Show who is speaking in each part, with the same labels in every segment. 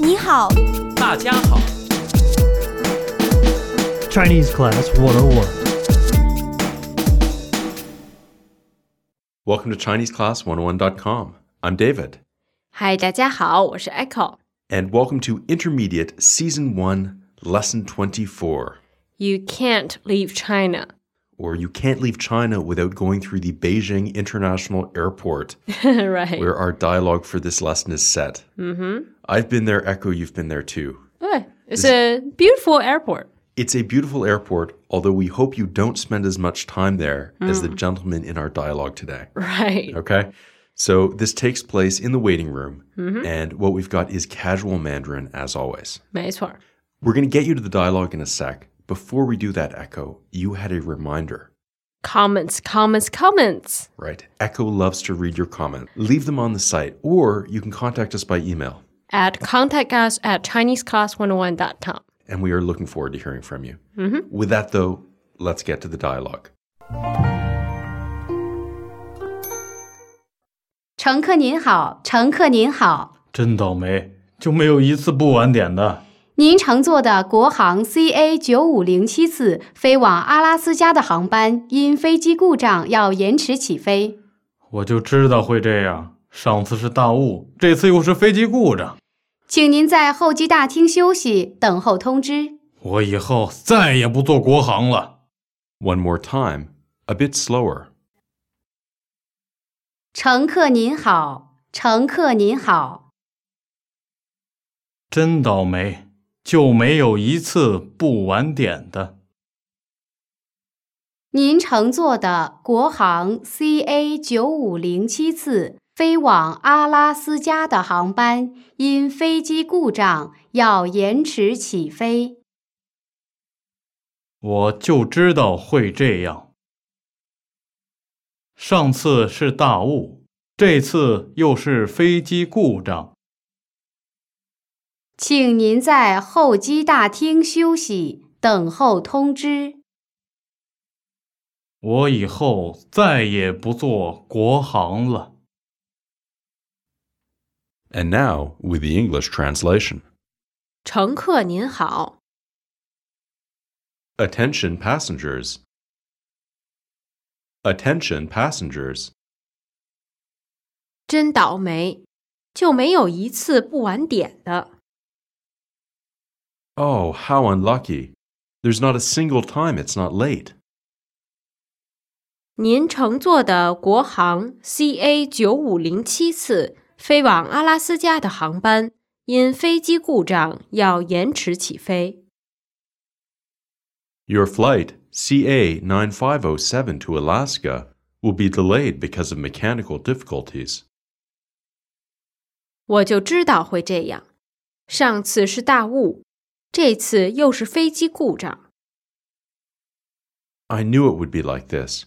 Speaker 1: 你好，
Speaker 2: 大家好，
Speaker 3: Chinese Class 101.
Speaker 4: Welcome to ChineseClass101.com. I'm David,
Speaker 5: 嗨，大家好，我是 Echo。
Speaker 4: and welcome to Intermediate Season 1, Lesson 24,
Speaker 5: You can't leave China。
Speaker 4: or You Can't Leave China Without Going Through the Beijing International Airport,
Speaker 5: right？
Speaker 4: where our dialogue for this lesson is set. Mm-hmm. I've been there, Echo, you've been there too.
Speaker 5: 对，It's a beautiful airport。
Speaker 4: It's a beautiful airport, although we hope you don't spend as much time there as the gentleman in our dialogue today.
Speaker 5: Right？
Speaker 4: Okay. So this takes place in the waiting room, and what we've got is casual Mandarin as always.
Speaker 5: 没错儿。
Speaker 4: We're going to get you to the dialogue in a sec. Before we do that, Echo, you had a reminder,
Speaker 5: Comments, comments, comments。
Speaker 4: right? Echo loves to read your comment. Leave them on the site, or you can contact us by email,
Speaker 5: At contact us at ChineseClass101.com。
Speaker 4: and we are looking forward to hearing from you. With that, though, let's get to the dialogue.
Speaker 6: 乘客您好，乘客您好，
Speaker 3: 真倒霉，就没有一次不晚点的。
Speaker 6: 您乘坐的国航 CA 九五零七次飞往阿拉斯加的航班因飞机故障要延迟起飞。
Speaker 3: 我就知道会这样，上次是大雾，这次又是飞机故障，
Speaker 6: 请您在候机大厅休息，等候通知。
Speaker 3: 我以后再也不坐国航了。
Speaker 4: One more time, a bit slower.
Speaker 6: 乘客您好，乘客您好，
Speaker 3: 真倒霉，就没有一次不晚点的。
Speaker 6: 您乘坐的国航 CA 九五零七次飞往阿拉斯加的航班因飞机故障要延迟起飞。
Speaker 3: 我就知道会这样。上次是大雾，这次又是飞机故障，
Speaker 6: 请您在候机大厅休息，等候通知。
Speaker 3: 我以后再也不坐国航了。
Speaker 4: And now with the English translation.
Speaker 5: 乘客您好，
Speaker 4: Attention passengers. Attention passengers.
Speaker 5: 真倒霉，就没有一次不晚点的。
Speaker 4: Oh, how unlucky. There's not a single time it's not late.
Speaker 5: 您乘坐的国航 CA 九五零七次飞往阿拉斯加的航班因飞机故障要延迟起飞。
Speaker 4: Your flight, CA 9507 to Alaska, will be delayed because of mechanical difficulties.
Speaker 5: 我就知道会这样。上次是大雾，这次又是飞机故障。
Speaker 4: I knew it would be like this.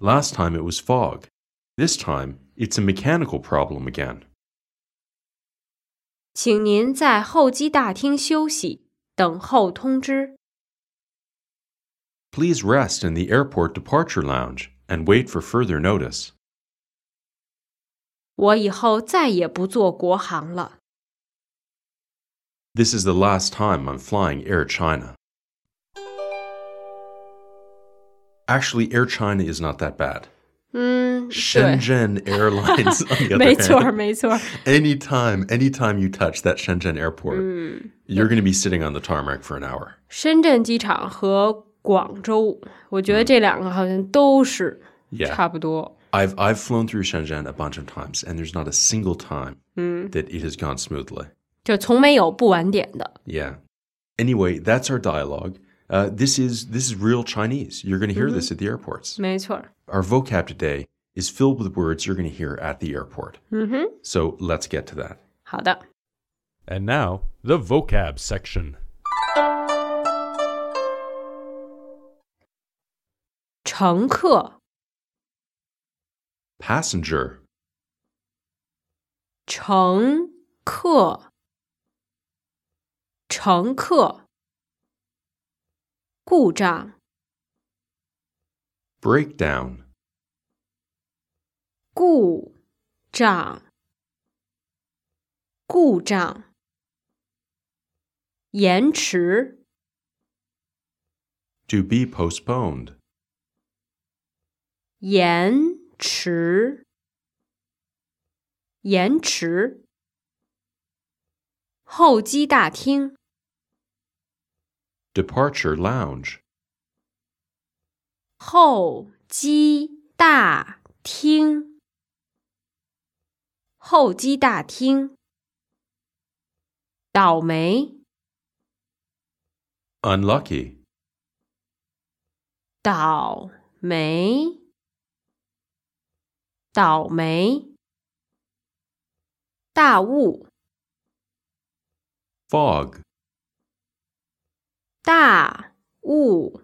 Speaker 4: Last time it was fog. This time, it's a mechanical problem again.
Speaker 5: 请您在候机大厅休息，等候通知。
Speaker 4: Please rest in the airport departure lounge and wait for further notice.
Speaker 5: 我以后再也不坐国航了。
Speaker 4: This is the last time I'm flying Air China. Actually, Air China is not that bad.
Speaker 5: 嗯，对，
Speaker 4: Shenzhen Airlines, on the other
Speaker 5: 没错儿，
Speaker 4: hand,
Speaker 5: 没错儿。
Speaker 4: anytime, anytime you touch that Shenzhen airport, you're going to be sitting on the tarmac for an hour.
Speaker 5: 深圳机场和广州，我觉得这两个好像都是
Speaker 4: Yeah.
Speaker 5: 差不多。
Speaker 4: I've I've flown through Shenzhen a bunch of times, and there's not a single time that it has gone smoothly.
Speaker 5: 就从没有不晚点的。
Speaker 4: Yeah. Anyway, that's our dialogue. Uh, this is this is real Chinese. You're going to hear this at the airports.
Speaker 5: 没错儿，
Speaker 4: Our vocab today is filled with words you're going to hear at the airport.
Speaker 5: 嗯哼，
Speaker 4: So let's get to that.
Speaker 5: 好的。
Speaker 7: And now, the vocab section.
Speaker 5: 乘客，
Speaker 4: Passenger,
Speaker 5: 乘客，乘客，故障，
Speaker 4: breakdown,
Speaker 5: 故障，故障，延迟、
Speaker 4: To be postponed.
Speaker 5: 延迟、延迟。候机大厅、
Speaker 4: Departure lounge.
Speaker 5: 候机大厅、候机大厅。倒霉，
Speaker 4: Unlucky.
Speaker 5: 倒霉，倒霉。大雾，
Speaker 4: Fog.
Speaker 5: 大雾，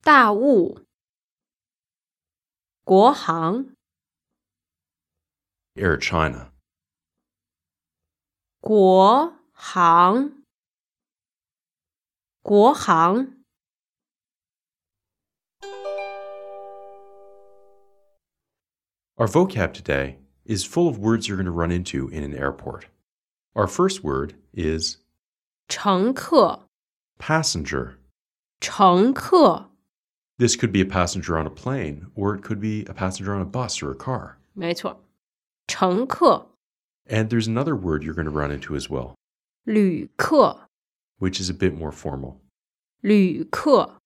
Speaker 5: 大雾。国航，
Speaker 4: Air China.
Speaker 5: 国航，国航。
Speaker 4: Our vocab today is full of words you're going to run into in an airport. Our first word is
Speaker 5: 乘客，
Speaker 4: passenger.
Speaker 5: 乘客，
Speaker 4: This could be a passenger on a plane, or it could be a passenger on a bus or a car.
Speaker 5: 没错，乘客，
Speaker 4: And there's another word you're going to run into as well,
Speaker 5: 旅客。
Speaker 4: which is a bit more formal.
Speaker 5: 旅客，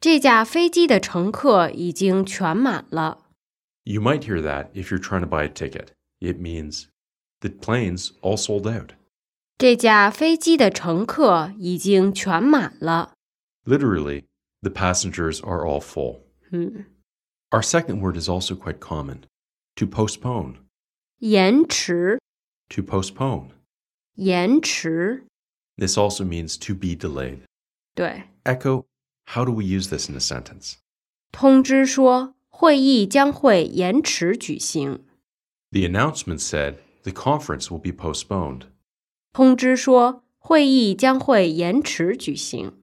Speaker 5: 这架飞机的乘客已经全满了。
Speaker 4: You might hear that if you're trying to buy a ticket. It means the planes all sold out.
Speaker 5: 这架飞机的乘客已经全满了。
Speaker 4: Literally, the passengers are all full.
Speaker 5: 嗯，
Speaker 4: Our second word is also quite common to postpone.
Speaker 5: 延迟，
Speaker 4: To postpone.
Speaker 5: 延迟，
Speaker 4: This also means to be delayed.
Speaker 5: 对，
Speaker 4: Echo, how do we use this in a sentence?
Speaker 5: 通知说会议将会延迟举行。
Speaker 4: The announcement said the conference will be postponed.
Speaker 5: 通知说会议将会延迟举行。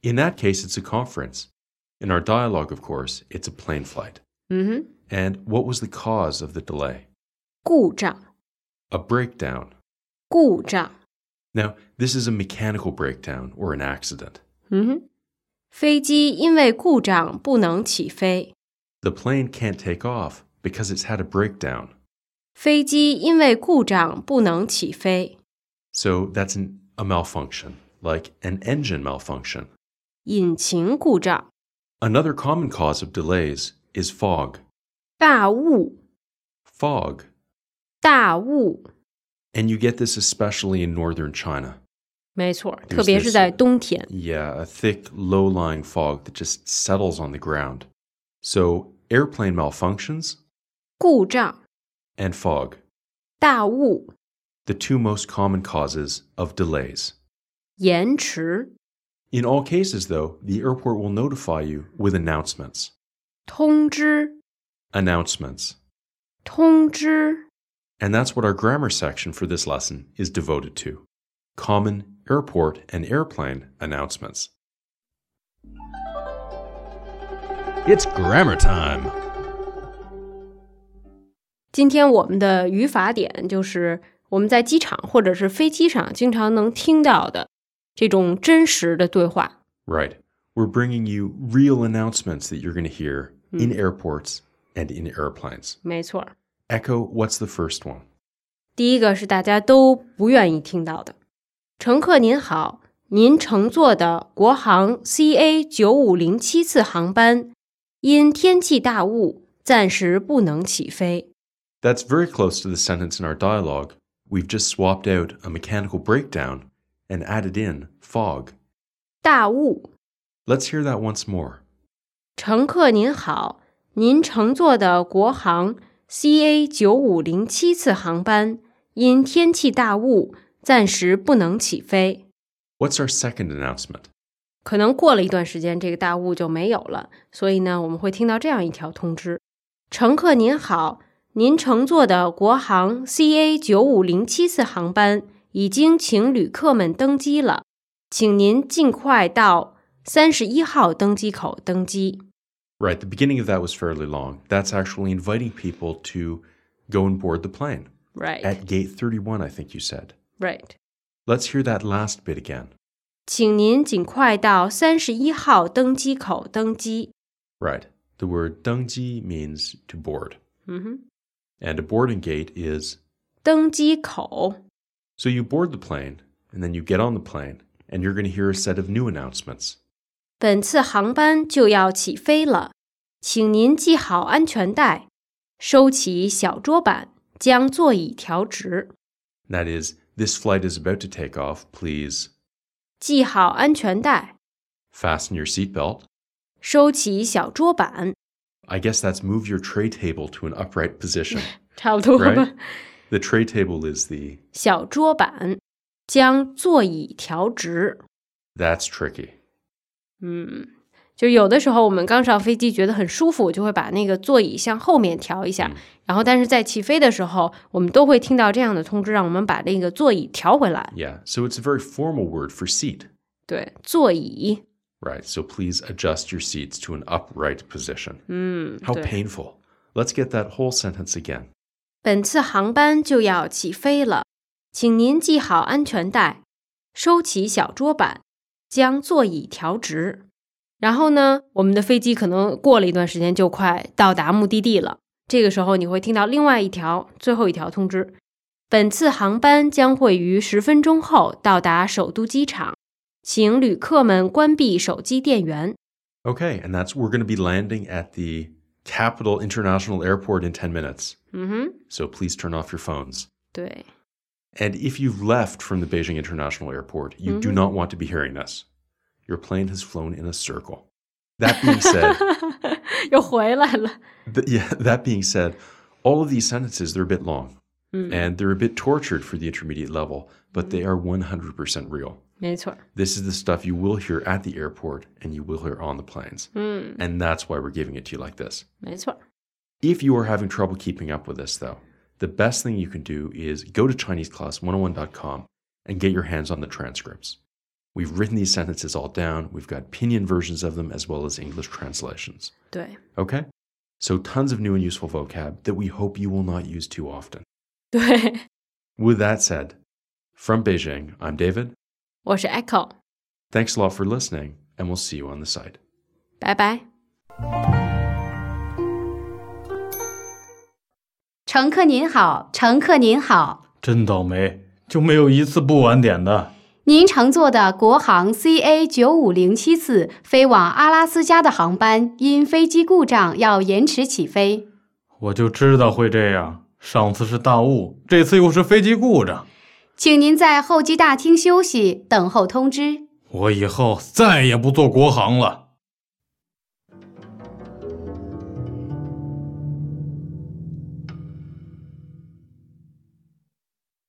Speaker 4: In that case, it's a conference. In our dialogue, of course, it's a plane flight.
Speaker 5: 嗯哼，
Speaker 4: And what was the cause of the delay?
Speaker 5: 故障，
Speaker 4: A breakdown.
Speaker 5: 故障。
Speaker 4: Now, this is a mechanical breakdown or an accident.
Speaker 5: 嗯哼，飞机因为故障不能起飞。
Speaker 4: The plane can't take off because it's had a breakdown.
Speaker 5: 飞机因为故障不能起飞，
Speaker 4: So that's an, a malfunction, like an engine malfunction.
Speaker 5: 引擎故障、
Speaker 4: Another common cause of delays is fog.
Speaker 5: 大雾、
Speaker 4: Fog.
Speaker 5: 大雾，
Speaker 4: And you get this especially in northern China.
Speaker 5: 没错，
Speaker 4: There's
Speaker 5: 特别是在冬天。
Speaker 4: Yeah, a thick, low lying fog that just settles on the ground. So airplane malfunctions
Speaker 5: 故障、
Speaker 4: and fog,
Speaker 5: 大雾、
Speaker 4: the two most common causes of delays.
Speaker 5: 延迟、
Speaker 4: In all cases, though, the airport will notify you with announcements.
Speaker 5: 通知、
Speaker 4: Announcements.
Speaker 5: 通知、
Speaker 4: And that's what our grammar section for this lesson is devoted to common airport and airplane announcements.
Speaker 7: It's grammar time.
Speaker 5: 今天我们的语法点就是我们在机场或者是飞机上经常能听到的这种真实的对话。
Speaker 4: Right. We're bringing you real announcements that you're going to hear in airports and in airplanes.
Speaker 5: 没错儿，
Speaker 4: Echo, what's the first one?
Speaker 5: 第一个是大家都不愿意听到的。乘客您好，您乘坐的国航 CA 九五零七次航班，因天气大雾，暂时不能起飞。
Speaker 4: That's very close to the sentence in our dialogue. We've just swapped out a mechanical breakdown and added in fog.
Speaker 5: 大雾，
Speaker 4: Let's hear that once more.
Speaker 5: 乘客您好，您乘坐的国航 CA 九五零七次航班，因天气大雾，暂时不能起飞。
Speaker 4: What's our second announcement?
Speaker 5: 可能过了一段时间，这个大雾就没有了，所以呢，我们会听到这样一条通知：乘客您好，您乘坐的国航 CA 九五零七次航班已经请旅客们登机了，请您尽快到三十一号登机口登机。
Speaker 4: Right, the beginning of that was fairly long. That's actually inviting people to go and board the plane
Speaker 5: Right,
Speaker 4: at gate 31, I think you said.
Speaker 5: right.
Speaker 4: Let's hear that last bit again.
Speaker 5: 请您尽快到三十一号登机口登机。
Speaker 4: Right. The word dungji means to board,
Speaker 5: 嗯哼，
Speaker 4: and a boarding gate is
Speaker 5: 登机口
Speaker 4: so you board the plane, and then you get on the plane, and you're going to hear a set of new announcements.
Speaker 5: 本次航班就要起飞了，请您系好安全带，收起小桌板，将座椅调直，
Speaker 4: That is, this flight is about to take off. Please
Speaker 5: 系好安全带，
Speaker 4: fasten your seatbelt.
Speaker 5: 收起小桌板，
Speaker 4: I guess that's move your tray table to an upright position.
Speaker 5: 差不多吧。
Speaker 4: Right. the tray table is the
Speaker 5: 小桌板，将座椅调直。
Speaker 4: that's tricky.
Speaker 5: 嗯，就有的时候我们刚上飞机觉得很舒服，就会把那个座椅向后面调一下。然后，但是在起飞的时候，我们都会听到这样的通知，让我们把那个座椅调回来。
Speaker 4: Yeah, so it's a very formal word for seat.
Speaker 5: 对，座椅，
Speaker 4: Right, so please adjust your seats to an upright position.
Speaker 5: 嗯，
Speaker 4: How
Speaker 5: 对。
Speaker 4: painful. Let's get that whole sentence again.
Speaker 5: 本次航班就要起飞了，请您系好安全带，收起小桌板，将座椅调直。然后呢，我们的飞机可能过了一段时间就快到达目的地了。这个时候你会听到另外一条最后一条通知：本次航班将会于十分钟后到达首都机场，请旅客们关闭手机电源。
Speaker 4: Okay, and that's we're going to be landing at the Capital International Airport in 10 minutes.
Speaker 5: 嗯哼，
Speaker 4: So please turn off your phones.
Speaker 5: 对
Speaker 4: And if you've left from the Beijing International Airport, you do not want to be hearing this. Your plane has flown in a circle. That being said,
Speaker 5: 又回来了。
Speaker 4: th- yeah, that being said, all of these sentences they're a bit long
Speaker 5: 嗯
Speaker 4: and they're a bit tortured for the intermediate level, but they are 100% real.
Speaker 5: 没错儿，
Speaker 4: This is the stuff you will hear at the airport and you will hear on the planes.
Speaker 5: 嗯，
Speaker 4: And that's why we're giving it to you like this.
Speaker 5: 没错儿。
Speaker 4: If you are having trouble keeping up with this, though, the best thing you can do is go to ChineseClass101.com and get your hands on the transcripts. We've written these sentences all down. We've got pinyin versions of them as well as English translations.
Speaker 5: 对
Speaker 4: Okay? So, tons of new and useful vocab that we hope you will not use too often.
Speaker 5: 对，
Speaker 4: With that said, from Beijing, I'm David.
Speaker 5: 我是 Echo，
Speaker 4: Thanks a lot for listening, and we'll see you on the site.
Speaker 5: 拜拜。
Speaker 6: 乘客您好，乘客您好，
Speaker 3: 真倒霉，就没有一次不晚点的。
Speaker 6: 您乘坐的国航 CA 九五零七次飞往阿拉斯加的航班，因飞机故障要延迟起飞。
Speaker 3: 我就知道会这样，上次是大雾，这次又是飞机故障，
Speaker 6: 请您在候机大厅休息，等候通知。
Speaker 3: 我以后再也不坐国航了。